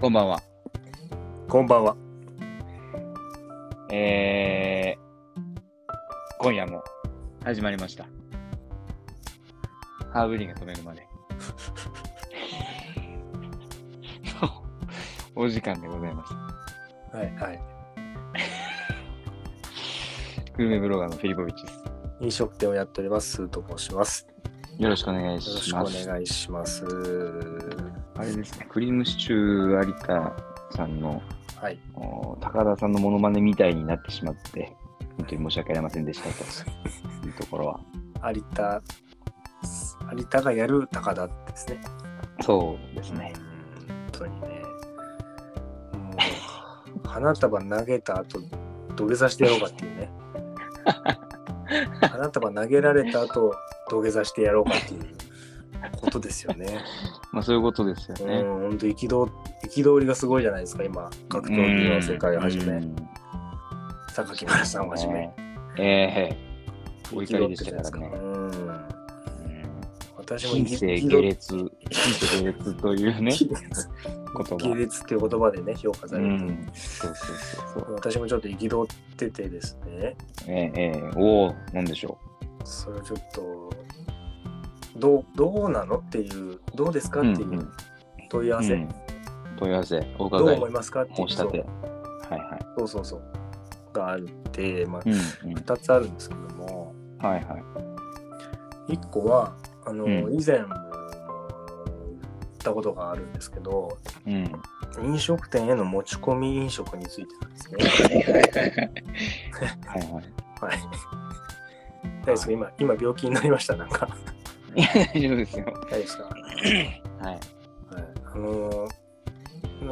こんばんは。こんばんは。えー、今夜も始まりました。ハーブリーが止めるまで。お時間でございましはいはい。た。グルメブロガーのフィリポビッチです。飲食店をやっております。スーと申します。よろしくお願いよろししくまおす。願いします。あれですね、クリームシチュー有田さんのはい。お高田さんのモノマネみたいになってしまって、本当に申し訳ありませんでした というところは。有田、有田がやる高田ですね。そうですね。うん本当にね。もう、花束投げた後、土下座してやろうかっていう ね。花束投げられた後、土下座してやろうかっていうことですよね。まあそういうことですようね。ん、本当憤、憤りがすごいじゃないですか、今、格闘技の世界をはじめ。うん榊原さんをはじめ。。ええお生き怒ろりっでてしじゃたないかですらか。ね。うん。私も人生下劣、人生下劣というね、下言劣 下葉。劣っていう言葉でね、評価さうれて、ん、そうそうそうそう。私もちょっと憤っててですね、ええええおお、なんでしょそれちょっと、どうどうなのっていう、どうですかう。っうんていううん問い合わせ、うん問い合わせ、おどう伺い思いますかってい申う、し立て。そはいはうそうそうそう、があって、まあ、い。うん、う2つあるんですけども、ん。はいはい。 1個は、あの、うん以前も言ったことがあるんですけど、うん。飲食店への持ち込み飲食についてなんですね。はい はい。はい。大好き、今、今病気になりました、なんか。いや、大丈夫ですよ。大ですか。はい。はい。あのー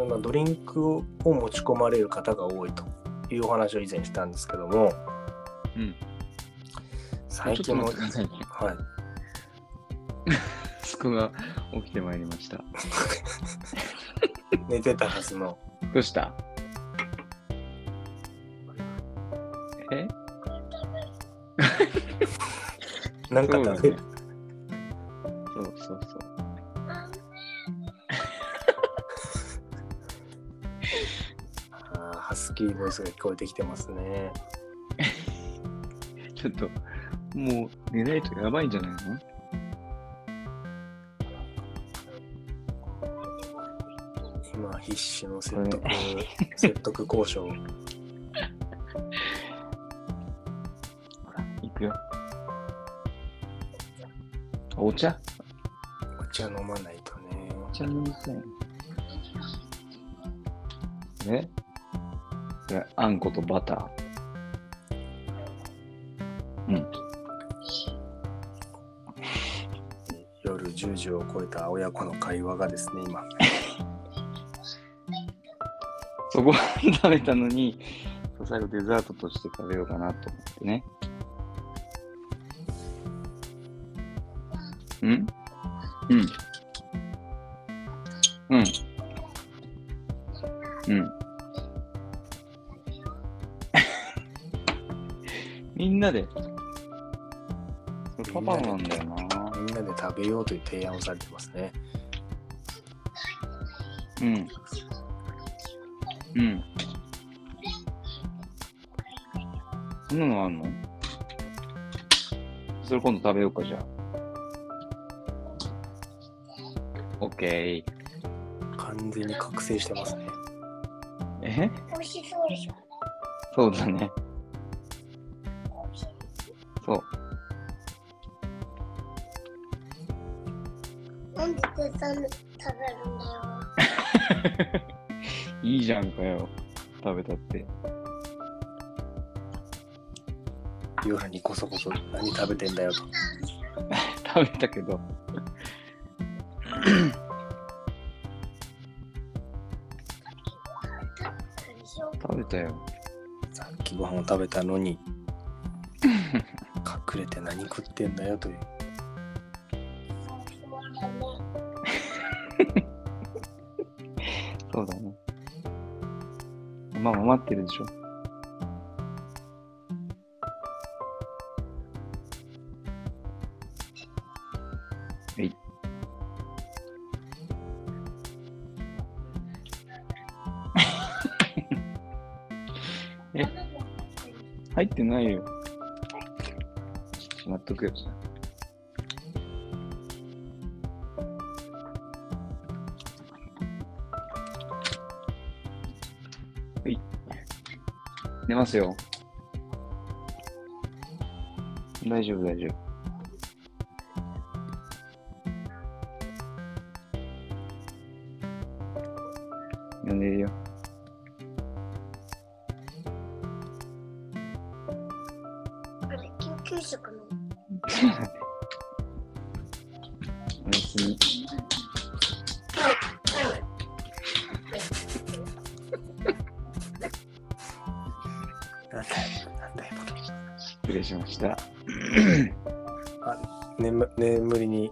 まあドリンクを持ち込まれる方が多いというお話を以前したんですけども、うん。最ちょ近っとも、待ってくださいね。 はい。息子が起きてまいりました。寝てたはずの、どうしたえなんか食べる、そうそうそう。あーハスキーボイスが聞こえてきてますね。ちょっと、もう寝ないとやばいんじゃないの今、必死の説得、 説得交渉。ほら、行くよ。お茶お茶飲まないとね。お茶飲みたい。えこれ、あんことバター。うん。夜10時を超えた親子の会話がですね、今。そこは食べたのに、最後デザートとして食べようかなと思ってね。んうん。うん。うん。 みんなで。それパパのなんだよな。みんなで食べようという提案をされてますね。うん。うん。そんなのあんのそれ今度食べようか、じゃあ。オッケー。完全に覚醒してますね。え美味しそうでしょ。そうだね。そう。なんでたくさん食べるんだよ。いいじゃんかよ。食べたって。 夜にこそこそ何食べてんだよと。食べたけど。でしょ食べたよ。さっきご飯を食べたのに、隠れて何食ってんだよという。そそうだね。うだね。ママ待ってるでしょ。えい。入ってないよ。納得。はい。寝ますよ。大丈夫、大丈夫。呼んでるよ。あれ、救急食の。おやすみ。なんだよ、なんだよ。失礼しました。眠眠りに。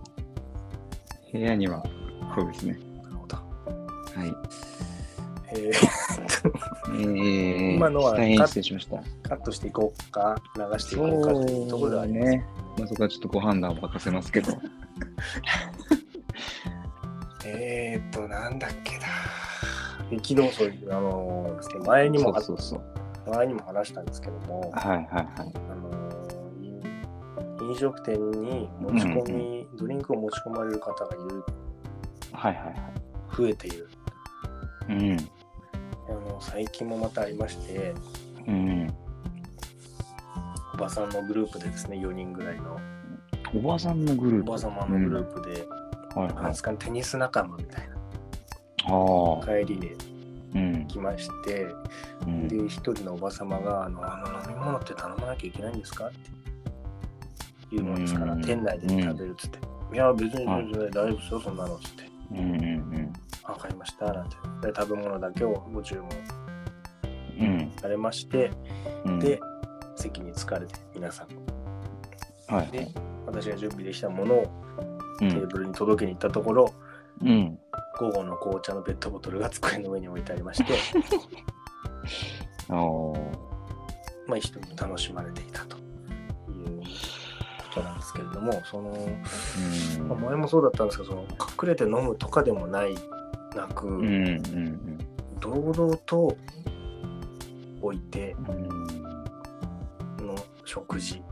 部屋には、こうですね。なるほどはい。えー、 えー、今のは大変失礼しました。カットしていこうか、流していこうかっていうところではあります。ね。まあ、そこはちょっとご判断を任せますけど。えーっと、なんだっけな。力道そういう、あのー前にもはそうそうそう。前にも話したんですけども、あはいはいはい。のー飲飲食店に持ち込み、ドリンクを持ち込まれる方がいるはいは増えているいはい。うん。あの最近もまたありましてうん。おばさんのグループでですね4人ぐらいのおばさんのグルーおプ。ばさまのグループで、はいなんはいです。かねテニス仲間みたいああ。な帰りでうん。来まして、うんで、一人のおばさまが、あの、あの飲み物って頼まなきゃいけないんですかっていうもんですから、うん店内で食べるっつって、いや、別に全然大丈夫ですよ、そんなのっつって、うんうんわかりました、なんて。で、食べ物だけをご注文うん。されまして、うん。で、、席に着かれて、皆さん。はい。で、私が準備できたものをうテーん。ブルに届けに行ったところ、うん。午後の紅茶のペットボトルが机の上に置いてあり まして、ああ。まあ、一人楽しまれていたということなんですけれども、その、うん。まあ前もそうだったんですけどその隠れて飲むとかでもないなく、うんうん堂々と置いてうん。の食事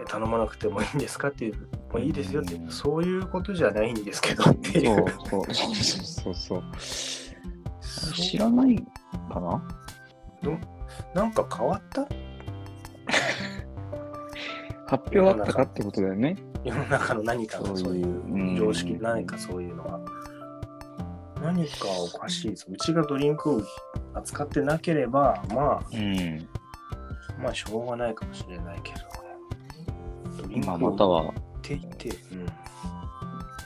え頼まなくてもいいんですかっていう、まあ、いいですよって、うんそういうことじゃないんですけどっていそううそうそうそうそうそう。知そらうないかななんか変わった発表あったかってことだよね。世の中の何かがそそうういいううんう常識何かそういうのが何かおかしいですうちがドリンクを扱ってなければまあうん。まあしょうがないかもしれないけどドリンク今をまたはっていて、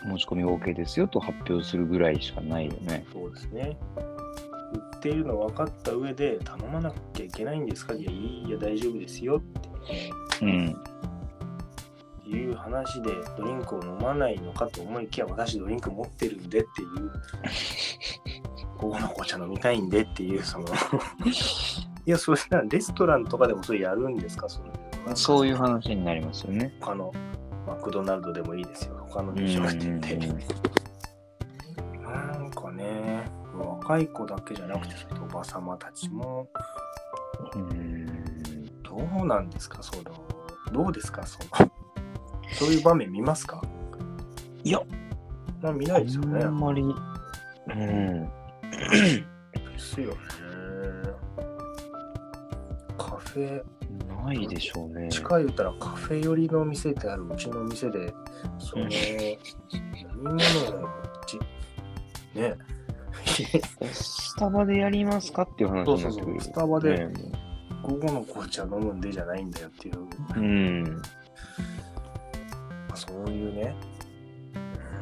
うん、持ち込み OK ですよと発表するぐらいしかないよね。そうですね。売っているの分かった上で、頼まなきゃいけないんですかいや、いいや、大丈夫ですようん。っていう話で、ドリンクを飲まないのかと思いきや、私、ドリンク持ってるんでっ ていう、午後の紅茶飲みたいんでっていう、その、 いや、それならレストランとかでもそれやるんですかそういうのそういう話になりますよね。他のマクドナルドでもいいですよ、他の飲食店で。なんかね、若い子だけじゃなくて、そういったおばさまたちも、うんどうなんですか、その、どうですか、その、そういう場面見ますかいや、まあ見なあいですよね。んまり。うん。ですよね。カフェ、ないでしょうね。近い言ったらカフェ寄りの店ってあるうちの店で、その、うん飲み物をじ、ね、スタバでやりますかっていう話になってくる。そうそうそうスタバでね。午後の紅茶飲むんでじゃないんだよっていう、うん。そういうね。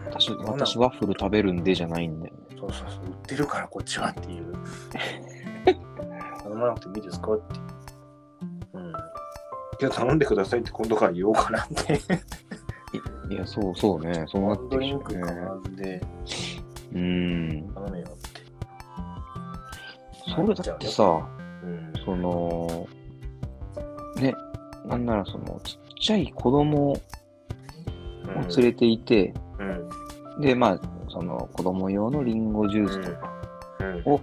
私、私ワッフル食べるんでじゃないんだよね。そうそうそう、売ってるからこっちはっていう。頼まなくてもいいですかって。うん。けど頼んでくださいって今度から言おうかなって。いいや、そうそうね。そうなワっンてドきリちゃンうクね。必ずでうん。頼めよって。それだってさ、うん。その、ね、なんならその、ちっちゃい子供を連れていて、うん。うん。で、まあ、その子供用のリンゴジュースとかうんを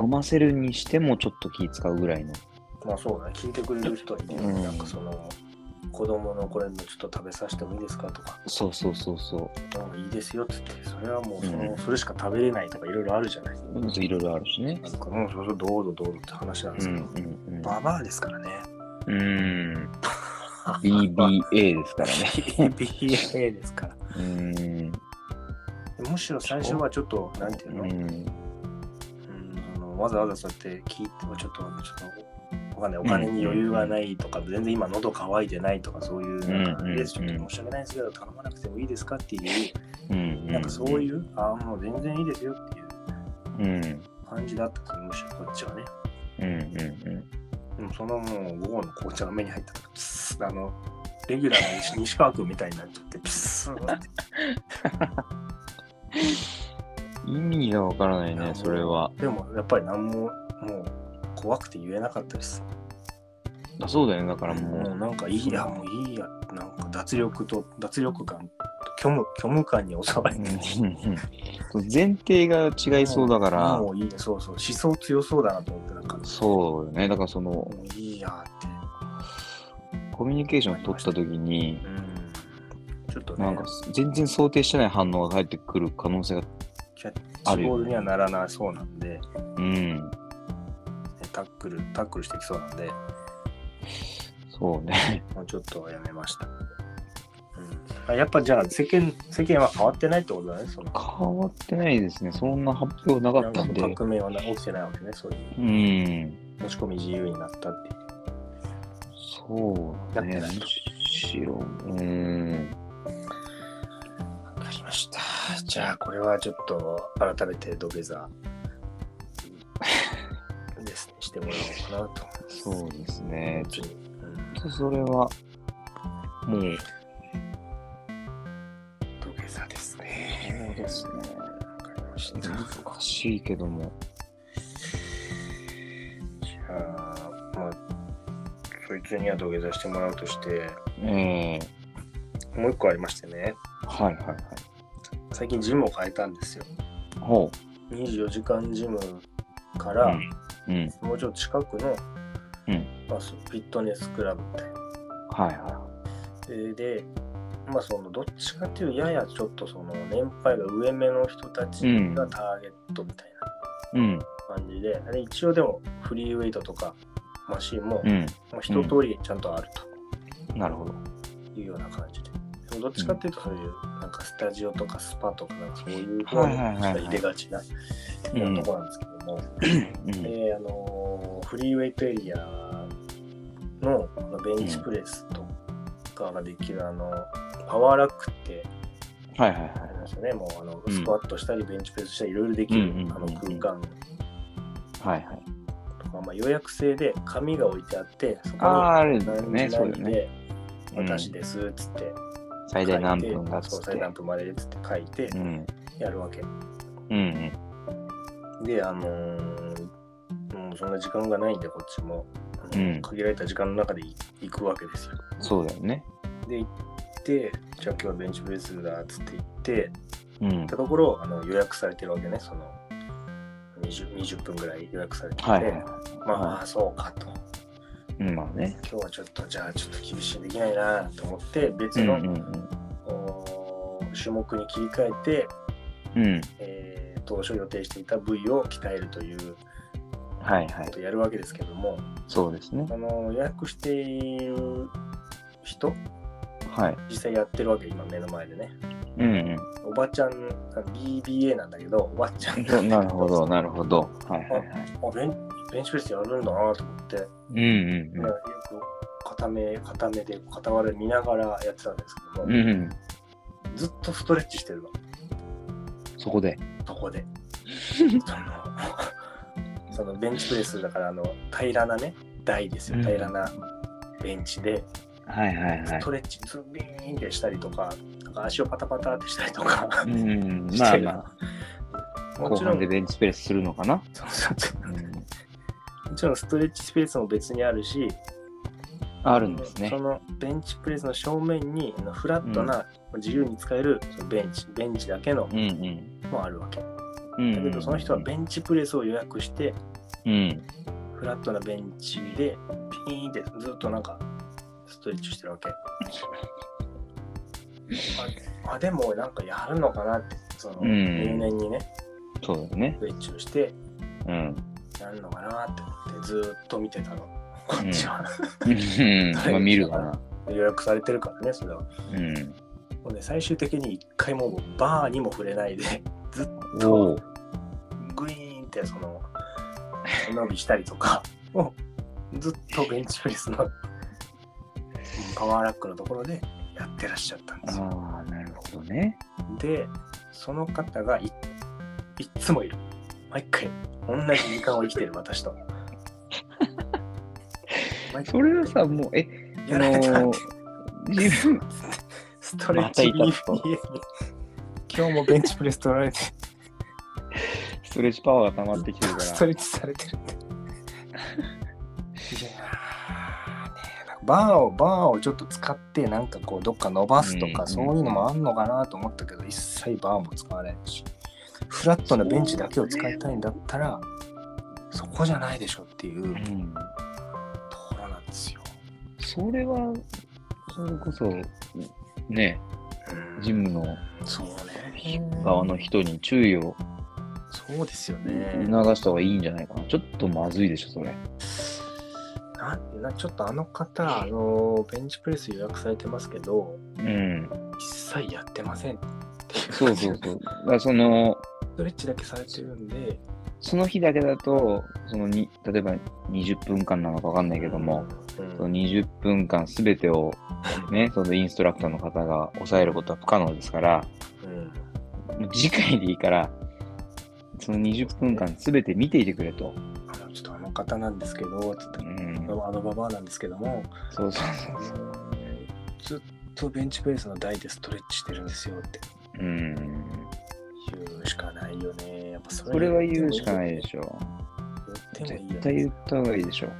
飲ませるにしてもちょっと気使うぐらいのまあそうだね、聞いてくれる人にね、うんなんかその、子供のこれもちょっと食べさせてもいいですかとか、そうそうそうそうんいいですよってって、それはもうその、うんそれしか食べれないとかいろいろあるじゃないですか。う。いろいろあるしね。なんか、うん、それはどうぞどうぞって話なんでうすんけど、うんババアですからね。うん。うん。BBA ですからね。 PBA ですから。うん。むしろ最初はちょっと、なんていうの、うん。うんあのわざわざそうやって聞いてもちょっと、ちょっと、わかんない、お金に余裕がないとか、全然今喉乾いてないとか、そういう、なんか、うんあれですちょっと申し訳ないですけど、頼まなくてもいいですかっていう、うん。なんかそういう、ああ、もう全然いいですよっていううん。うん。感じだったんですよむしろこっちはね。うん。うん。でもそのもう午後の紅茶が目に入った時、プスッあの、レギュラーの西西川君みたいになっちゃって、プスッって。意味がわからないね、それは。でもやっぱり何も、もう怖くて言えなかったです。あそうだよね、だからもうもなんかいいや、もういいや、なんか脱力と、脱力感と虚無、虚無感に襲われう。て、うん前提が違いそうだから、 もういいね、そうそう、思想強そうだなと思って、なんか、そうよね、だからその、もういいやって。コミュニケーション取った時に、うん。ちょっとなんねか、全然想定してない反応が返ってくる可能性が、キャッあチるよねボールにはならなそうなんで、うん、タックル、タックルしてきそうなんで、そうね。もうちょっとやめました。うん、あやっぱじゃあ世間、世間は変わってないってことだね、その。変わってないですね、そんな発表なかったんで。なんか革命はな起きてないわけね、そういう。うん、持ち込み自由になったっていう。そうだねやってない、むしろ、うん、わかりました。じゃあ、これはちょっと改めて土下座ですね、してもらおうかなと思います。そうですね、ちょに。うんっとそれは、もう、土下座ですそうね。ですね。わかりました。じゃ難しいけども、あ、まあ、そいつには土下座してもらうとして、ええもう一個ありましてね、はいはいはい。最近ジムを変えたんですよ。ほ24時間ジムかう。ら、うん。うん。もうちょっと近くの、うんまあ、そフィットネスクラブみたいな。はいはでで、まあ、そのどっちかっていうややちょっとその年配が上目の人たちがターゲットみたいい。うん。な感じで、あれ一応でもフリーウェイトとかマシンも、うん。まあ、一通りちゃんとあるなるほど。というような感じで。でもどっちかっていうとそういうなんかスタジオとかスパとかなんかそういう方に入れがちなうん。とこなんですけども、うんで、あのーフリーウェイトエリアのあのベンチプレスとかができる、あのパワーラックってはいはいあはりますよねもうあのうんスクワットしたりベンチプレスしたりいろいろできる、うんうんうんうんあの空間い。はいはい。とか、まあ、予約制で紙が置いてあってそこにああ、あれだよ何ね。時そう何だ時よね。でうん私ですっつって書最いて、大何分だっつそうって最。大何分までっつって書いてうん。やるわけ、うんうん。であのーもうそんな時間がないんでこっちも、あのうん限られた時間の中で行くわけですよそうだよね。で行ってじゃあ今日はベンチプレスだっつって行ってうん行っ。たところあの予約されてるわけねその 20, 20分ぐらい予約されてて、はいはい。まあそうかとうん。まあね。今日はちょっとじゃあちょっと厳しいできないなと思ってう別んの、うんおー種目に切り替えて、うん。うん。えー当初予定していた部位を鍛えるというはいはこい。とをやるわけですけども、そうですね。あの予約している人はい。実際やってるわけ今目の前でねうんおばちゃんあ BBA なんだけどおばちゃんうん。なるほ ど、あなるほど。はいはいはい。ベンベンチプレスやるんだなと思って、うんうんまあよく固め固めで片割れ見ながらやってたんですけどうん。も、うん。ずっとストレッチしてるのそこで。そこ でその そのベンチプレスだからあの平らなね台ですようん平らなベンチではいはいはスいト。レッチズビーンってしたりとかなんか足をパタパタってしたりとか、うん。 しまあてるまあ。も後ちろ半んでベンチプレスするのかな。そうそうそううんもちろんストレッチスペースも別にあるし、あるんですねそ。のベンチプレスの正面にあのフラットな、自由に使えるそのベンチ、ベンチだけのうんうん。もあるわけ。うんうんだけどその人はベンチプレスを予約して、うん。あフラットなベンチでピーンってずっとなんかストレッチしてるわけ。ああでもなんかやるのかなってその、うん例年にねそうだよねス。トレッチをして うん。やるのかなって思ってずーっと見てたの。こっちは、うんはいまあ見るかな。 予約されてるからねそれは。うん。もうね最終的に一回もバーにも触れないでずっとおお。グイーンってその背伸びしたりとかをずっとベンチプレスのパワーラックのところでやってらっしゃったんですよ。ああ、なるほどね。でその方がいいっつもいる毎回同じ時間を生きてる私と。毎回それはさ、もう、え、あやられたっのてー、自分、ストレッチに、またいたと今日もベンチプレス取られてストレッチパワーが溜まってきてるかストレッチされてるって。いやーねえなんかバーをバーをちょっと使ってなんかこうどっか伸ばすとうんうかんそういうのもあんのかなと思ったけど一切バーも使わないしフラットなベンチだけを使いたいんだったらそこじゃないでしょっていうら。とうん。ころなんですよ。それは、それこそ、ね、ジムのそうね側の人に注意をそうですよね。促した方がいいんじゃないかな。ちょっとまずいでしょ、それ。ななちょっとあの方あのベンチプレス予約されてますけどうん。一切やってませんっていうそうそうそう。だからその、ストレッチだけされてるんで。その日だけだと、そのに例えば20分間なのかわかんないけども、うん、その20分間すべてを、 ね、そのインストラクターの方が抑えることは不可能ですから、うんもう次回でいいから、その20分間すべて見ていてくれと。あのちょっとあの方なんですけど、ちょっとうん。あのババアなんですけども、そうそうそうそう。ずっとベンチプレスの台でストレッチしてるんですよってうん。言うしかないよね。やっぱそれそれは言うしかないでしょ。言ってもいいよ絶ね対言った方がいいでしょ。うん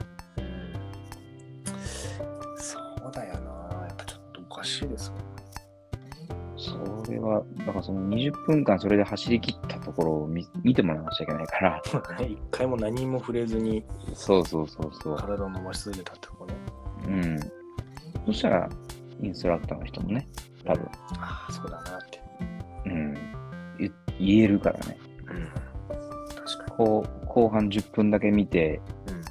そうだよな。やっぱちょっとおかしいですよ。それは、だからその20分間それで走り切ったところを見見てもらわなきゃいけないから。一回も何も触れずにそうそうそうそう。体を伸ばし続けたってとこね。うん。そしたら、インストラクターの人もね、多分、ああ、そうだなって。うん、言言えるからね。うん、確か後後半10分だけ見て、に。うん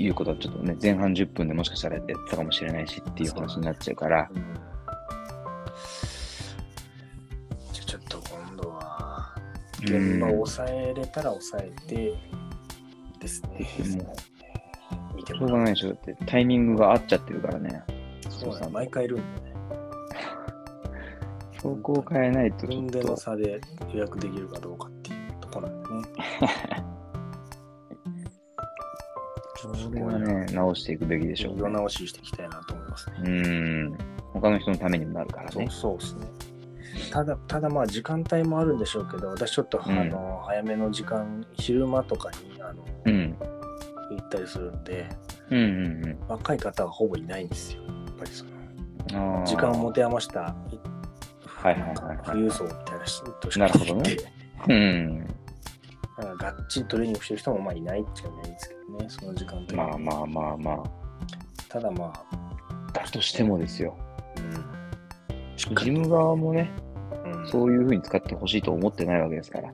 言うことはちょっとね、前半10分でもしかしたらやってたかもしれないしっていう話になっちゃうから、じゃあちょっと今度はうん現場を抑えれたら抑えてですね、も見てう、しょもうらがうないでしょ。だってタイミングが合っちゃってるからね。そうだねそう毎回いるんでねそこを変えないと自ちょ分っでのと、差で予約できるかどうかっていうとこなんでねそれはね、直していくべきでしょう、色ね。直ししていきたいなと思いますねうん。他の人のためにもなるからそねう。そうですね。ただ、ただまあ時間帯もあるんでしょうけど、私ちょっと、うんあの早めの時間、昼間とかにあの、うん。行ったりするんで、うんうん若い方はほぼいないんですよ。やっぱりそのうんあー。時間を持て余した、はいはいはいはいなんか富裕層みたいな人としなかるほどねいてうん。なんかがっちりトレーニングしてる人もまあいないっちゃいないんですけどね、その時間帯まあまあまあまあ。ただまあ、だとしてもですよ。うん、しっかジりと、ム側もね、うんそそうういうふうに使ってほしいと思ってないわけですから。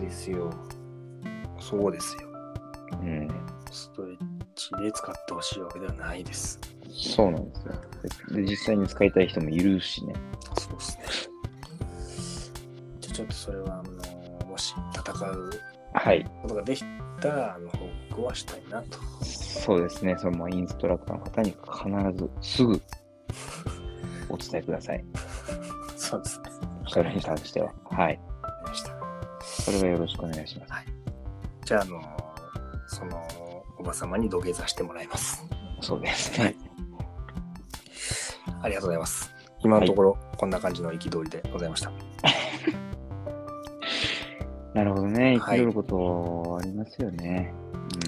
ですよ。そうですよ。うん。ストレッチで使ってほしいわけではないです。そうなんですよ。で、実際に使いたい人もいるしね。そうですね。じゃあちょっとそれは、あのもし戦うはい。ことができたら、あの、報告はしたいなと。そうですね。そのインストラクターの方に必ずすぐお伝えください。そうですね。それに関しては。はい。わかりました。それはよろしくお願いします。じゃあ、あのその、おば様に土下座してもらいます。そうですね。ありがとうございます。今のところ、こんな感じの憤りでございました。なるほどね。生はいきることありますよね。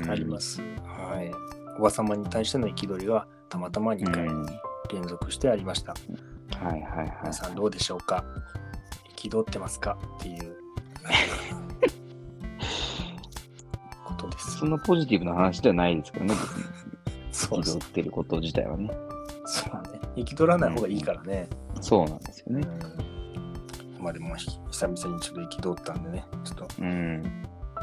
うんありま。す。はい。おば様に対しての憤りが、たまたまう2ん。はい回連続してありました。はいは皆い。さんどうでしょうか 憤ってますかっていうことです。そんなポジティブな話ではないですけどね、別に。そう憤ってること自体はね。そうね。生き取らない方がいいからね。そうなんですようね。んまあでも、ひ久々にちょっと生き取ったんでね。ちょっと。うん。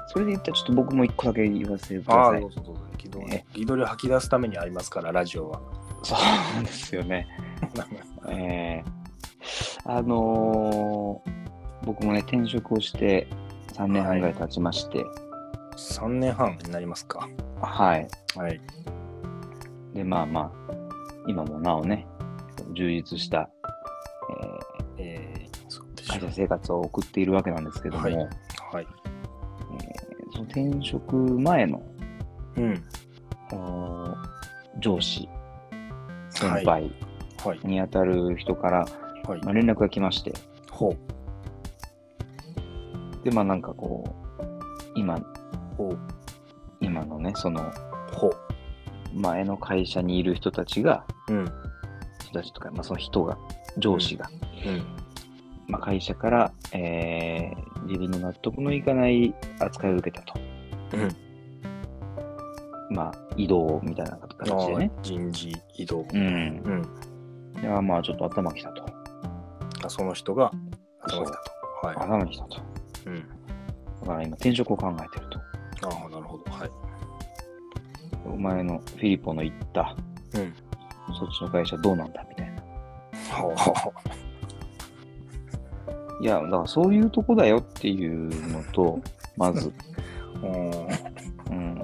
それで言ったら、ちょっと僕も一個だけ言わせてくだあさあ、いど。うぞどうぞ。憤りね憤りを吐き出すためにありますから、ラジオ は。そうなんですよね。ええあのー僕もね、転職をして3年半ぐらい経ちまして、 3年半になりますか。はい。はい。で、まあまあ、今もなおね、充実した、えー、そうえーでし会ょ社生活を送っているわけなんですけども、はいえーう。はい。その転職前のうん。お上司、は先い。輩はい。にあたる人から、はいまあ、連絡が来まして、ほで、まあなんかこう、今、う。ほう。今のね、そのほう。前の会社にいる人たちが、うん。人たちとか、まあ、その人が、上司が、うん。まあ、会社から、えー自分の納得のいかない扱いを受けたと。うん。まあ、移動みたいな形でね。あー人事異動。うん。うん。いや、まあ、ちょっと頭きたと。あその人が頭きたと。はい。頭きたと。うん。だから今、転職を考えてると。ああ、なるほど。はい。お前のフィリポの言った、うん。そっちの会社どうなんだみたいな。ほうほうほういや、だからそういうとこだよっていうのと、ま ず、ううんん、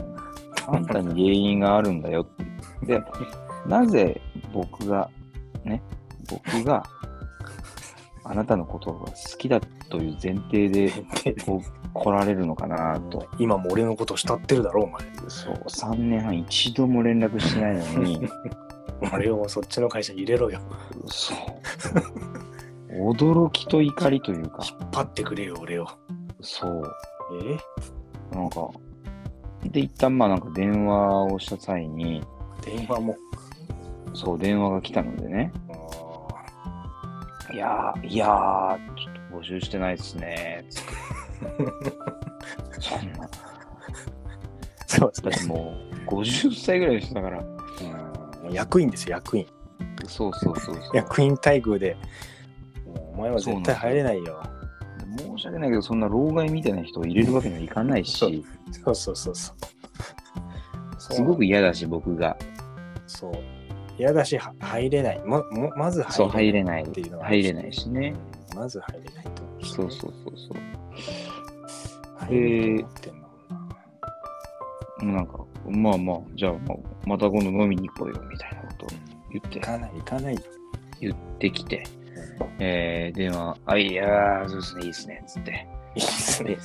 あんたに原因があるんだよって。で、なぜ僕が、ね、僕が、あなたのことが好きだという前提で、こう来られるのかなと。今も俺のこと慕ってるだろ、お前。そう、3年半一度も連絡してないのに、 俺をそっちの会社に入れろよ。そう。驚きと怒りというか、引っ張ってくれよ、俺を。そう。えなんか、で、一旦まあなんか電話をした際に、電話も。そう、電話が来たのでね、あいやー、いやー、ちょっと募集してないです ね、つって。そんな、あ。そうで私すね。もう50歳ぐらいの人だから。うんもう役員ですよ、役員。そうそうそうそう。役員待遇で。もうお前は絶対入れないよ。申し訳ないけど、そんな老害みたいな人を入れるわけにはいかないし、そうそうそうそう。すごく嫌だし、僕が。そう。嫌だし、は入れない。まもまずそう、入入れれない。ないっていうの。は入れないしね。うんまず入れないと。そうそうそうそう。入れないと思ってんだもんな。もうなんか、まあまあ、じゃあ、まあ、また今度飲みに行こうよ、みたいなことを言って行、かない行かないよ、言ってきて、えー、電話、あ、いやー、そうですね、いいですね、つって、いいっすね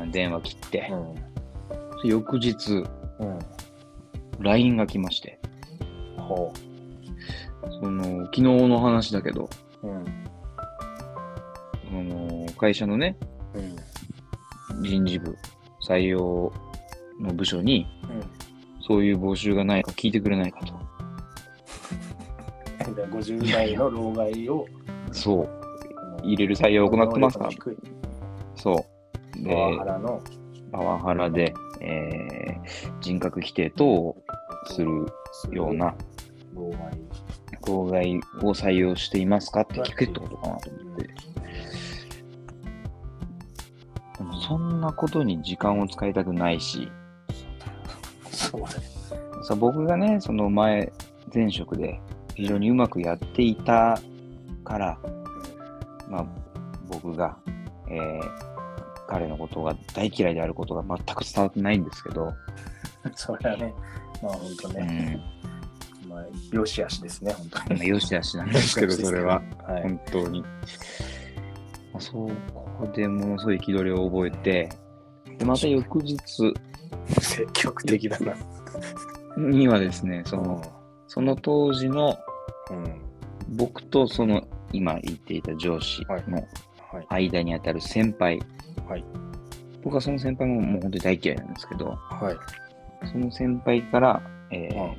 うん電話切ってう、ん、翌日、うん、 LINE が来まして、ほその、昨日の話だけど、ううんその会社のね、うん人事部、採用の部署に、そういう募集がないか聞いてくれないかと。うん、だから50代の老害をそう、入れる採用を行ってますか低いそう。でパ、ワハラのパワハラで、えー人格否定等をするような老害公害を採用していますかって聞くってことかなと思って。でもそんなことに時間を使いたくないし、そうだよさ僕がね、その前、前職で非常にうまくやっていたから、まあ、僕が、えー彼のことが大嫌いであることが全く伝わってないんですけど、それはねまあ本当うね、ん、まあよしあしですね本当まあによしあしなんですけど、 それは。はい本当に。まあそこでものすごい憤りを覚えて、で、また翌日積極的だなにはですね、その、その当時のうん、うん、僕とその今言っていた上司のはい間にあたる先輩。はい僕はその先輩ももう本当に大嫌いなんですけど、はいその先輩から、えーはい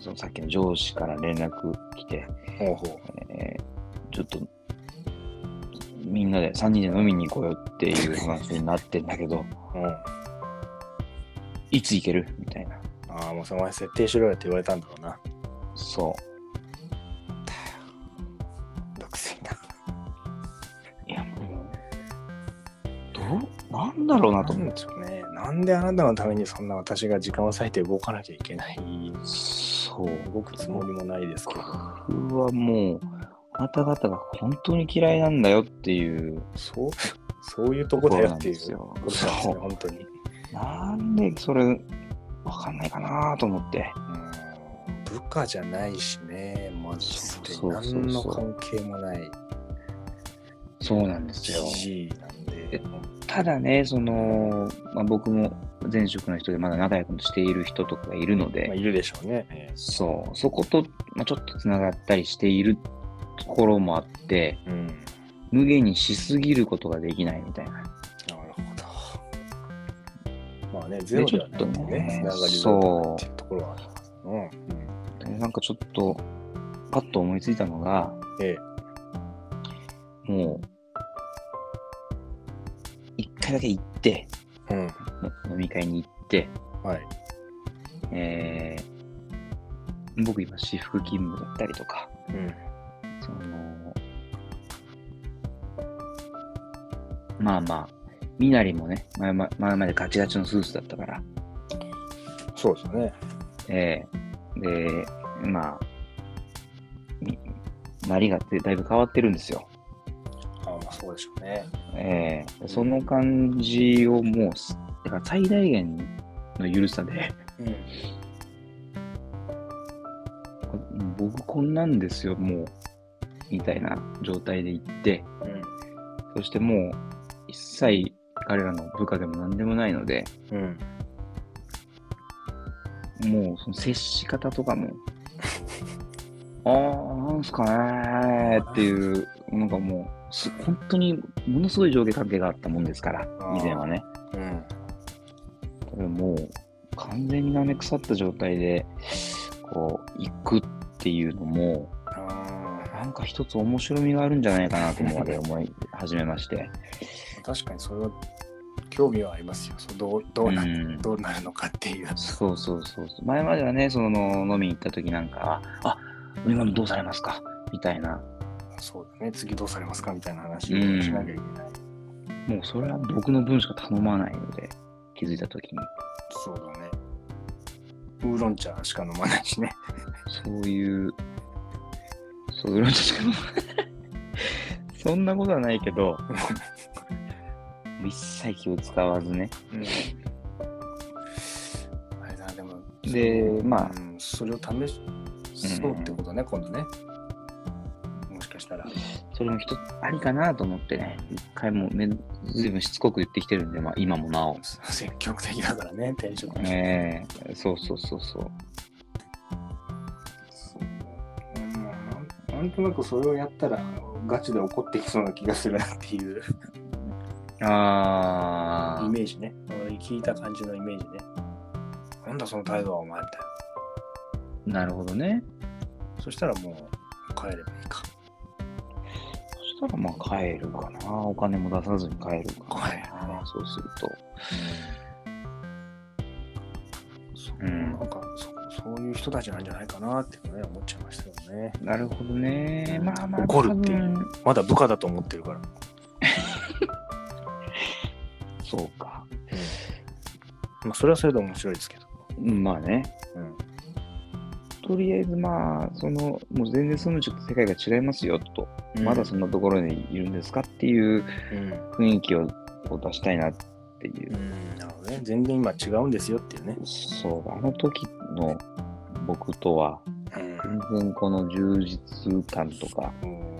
そのさっきの上司から連絡来て、ほうほえーちょっと、みんなで3人で飲みに行こうよっていう話になってんだけど、う、うん、い いつ行けるみたいな。ああ、もうその前設定しろよって言われたんだろうな。そう。独身だ。いや、もう、どう、なんだろうなとな思んう。でしょうね。なんであなたのためにそんな私が時間を割いて動かなきゃいけないそう。動くつもりもないですけど。僕はもう、あなた方が本当に嫌いなんだよっていうそう、そういうととここだろよなっんていでうすよこ。となんですそね、う。本当に。なんでそれ、わかんないかなと思って。うん部下じゃないしね、まずそうでそうそうそう何の関係もないそうなんでじじいなんでえ。ただね、その、まあ、僕も前職の人でまだ仲良くしている人とかがいるので、まあ、いるでしょうね。えそう、そこと、まあ、ちょっとつながったりしているところもあって、えうん。無限にしすぎることができないみたいな。なるほど。まあね、ゼロではないんでね、ちつょっなとねがりゼロっていうところはあります。うん。でなんかちょっと、パッと思いついたのが、ええ。もう、一回だけ行って、うん。の飲み会に行って、はい。えー、僕今私服勤務だったりとか、うん。その、まあまあ、みなりもね、前ま前までガチガチのスーツだったから、そうですよね。ええで、まあ、みなりがってだいぶ変わってるんですよ。ああ、まあそうでしょうね。ええその感じをもうす、だから最大限の緩さで、うん。こ僕こんなんですよ、もう、みたいな状態で行って、そしてもう、一切彼らの部下でも何でもないので、うん。うん。もうその接し方とか も、ああ、なんすかねーっていう、なんかもうす、本当にものすごい上下関係があったもんですから、以前はね。うん。これもう、完全に舐め腐った状態で、こう、行くっていうのも、ああ。なんか一つ面白みがあるんじゃないかなと思うまで思い始めまして。確かにそれは興味はありますよ。そうどうどうなうんどうなるのかっていう。そうそうそうそう。前まではね、その飲みに行った時なんかは、あ、今のどうされますかみたいな。そうだね。次どうされますかみたいな話をうんしなきゃいけない。もうそれは僕の分しか頼まないので、気づいた時に。そうだね。ウーロン茶しか飲まないしね。そういう、そういうの しかそんなことはないけど、一切気を使わずね。あれだでも。でまあうんそれを試しそうってことね、今度ね。もしかしたら。それも一つありかなと思ってね、一回もめずいぶんしつこく言ってきてるんで、まあ今もなお。積極的だからね、転職の人ええそうそうそうそう。そううんなんなんとなくそれをやったらガチで怒ってきそうな気がするなっていうあイあ、メージね俺聞いた感じのイメージねなんだその態度はお前みたいなるほどね。なそしたらもう帰ればいいかそしたらまあ帰るかな。お金も出さずに帰るか帰るな。そうすると。そううんなんかそそういう人たちなんじゃないかなってね思っちゃいましたよねなるほどね。まあまあ、怒るっていう多分まだ部下だと思ってるからそうか。まあそれはそれで面白いですけどうんまあね。うんとりあえずまあ、その、もう全然そのちょっと世界が違いますよと。まだそんなところにいるんですかっていううん、雰囲気をを出したいなっていうう。ん、なるほどね全然今違うんですよっていうねそうだ、あの時の僕とは、うん全然この充実感とか、うん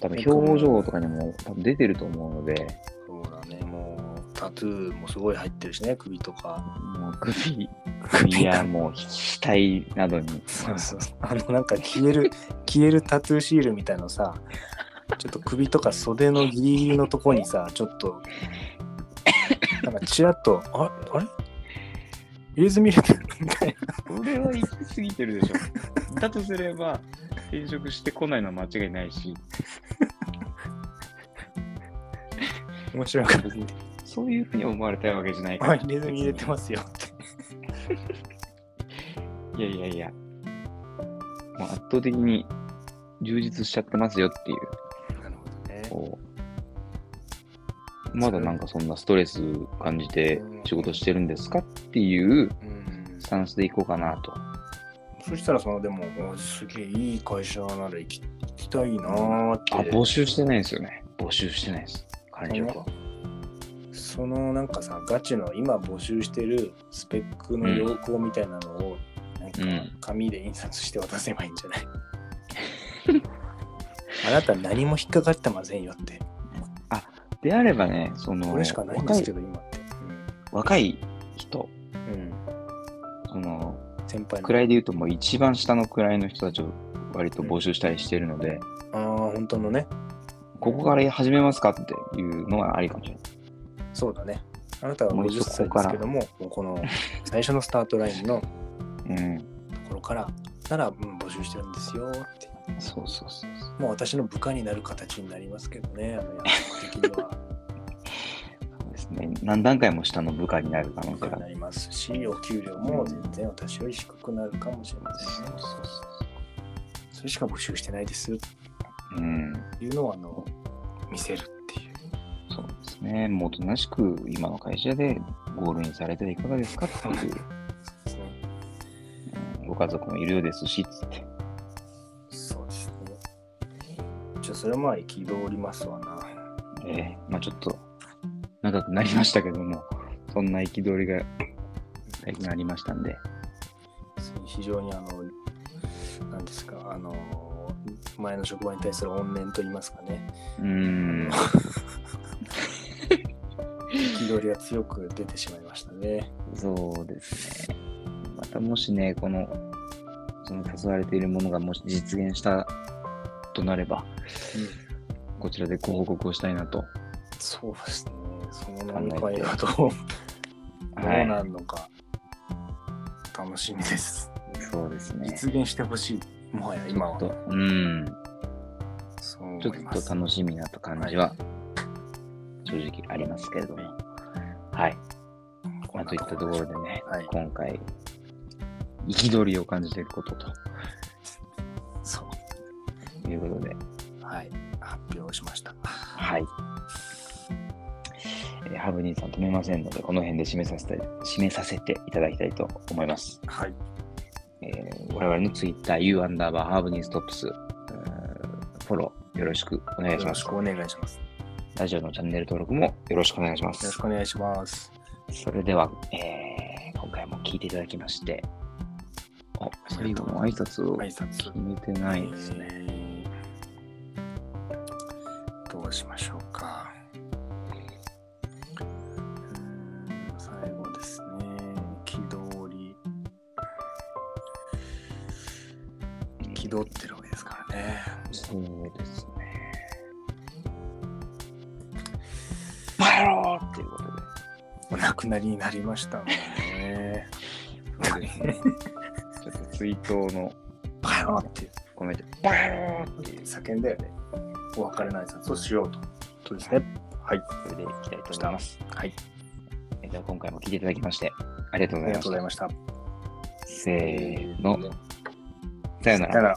多分表情とかにも多分出てると思うので、そうだね、もうタトゥーもすごい入ってるしね、首とか。もう首、首やもう額などに。 そうそう。あのなんか消える、消えるタトゥーシールみたいのさ、ちょっと首とか袖のギリギリのとこにさ、ちょっと、なんかちらっと、ああれ入れ墨入れてるみたいこれは行き過ぎてるでしょ。だとすれば、転職してこないのは間違いないし、な。面白い感じで。そういうふうに思われたいわけじゃないかあ、ら。入れ墨入れてますよって。いやいやいや、もう圧倒的に充実しちゃってますよっていう、なるほどね。こうまだなんかそんなストレス感じて仕事してるんですかっていううんス。タンスでいこうかなと。そしたらそのでもおすげえいい会社なら行き行きたいなーってあ、募集してないんですよね。募集してないです。彼女は。そのなんかさガチの今募集してるスペックの要項みたいなのを、なんかうん紙で印刷して渡せばいいんじゃ ないあなた何も引っかかってませんよってであればね、そのこれしかないんで若すけいど今って、若い人、うんうんその先輩の位で言うともう一番下の位の人たちを割と募集したりしてるので、ああ本当のねここから始めますかっていうのはありかもしれない。そうだねあなたはもう一50度歳ここかですらけどももうこの最初のスタートラインのとうん、ころからなら、うん、募集してるんですよってそうそうそうそう。もう私の部下になる形になりますけどねあの役職的には。そうですね。何段階も下の部下になる可能性があにる。なりますし、お給料も全然私より低くなるかもしれませんね。そうそうそれしか募集してないですっそう。うん、ていうのをあの見せるっていう。そうですね。もうおとなしく今の会社でゴールインされてはいかがですかっていう、うんご家族もいるようですし、つって。そうですね。ちょそれまあ憤りますわな。ええまあちょっと長くなりましたけども、そんな憤りが最近ありましたんで。非常にあの、なんですか、あの、前の職場に対する怨念と言いますかね、うーん。 憤りが強く出てしまいましたね。そうですね。またもしね、この、その誘われているものがもし実現したとなれば、こちらでご報告をしたいなと。そうですね。その飲み会はどうどうなるのか、楽しみです。そうですね。実現してほしい、もはや今はちょ。っと、うん。そう思ちょいまっすと楽しみなと感じは、正直ありますけれども。はい。まあ、といったところでね、はい今回、憤りを感じていることとそいうことで、う。はい。発表しました。はい。えーハブ兄さん止めませんので、この辺で締めさせて締めさせていただきたいと思います。はい。えー我々のツイッター u アンダーバーハーブニーストップス、えーフォローよろしくお願いよしろましす。くお願いします。よラジオのチャンネル登録もよろしくお願いしまろしす。くお願いします。それでは、えー今回も聞いていただきまして、あ、最後の挨拶を挨拶決。めてないですね。ね。どうしましょうか。うーん最後ですね。憤り。憤ってるわけですからね。そうですね。バローっていうことで。お亡くなりになりましたもんね。そうですね。 ちょっと追悼のバローってコメント、バローっていう叫んだよね。お別れの挨拶をしようと。そうですね。はい。それでいきたいと思います。はい。えーでは今回も聞いていただきまして、ありがとうあごりざいまがとうごしざいた。ました。せーの。さようならさ。よなら。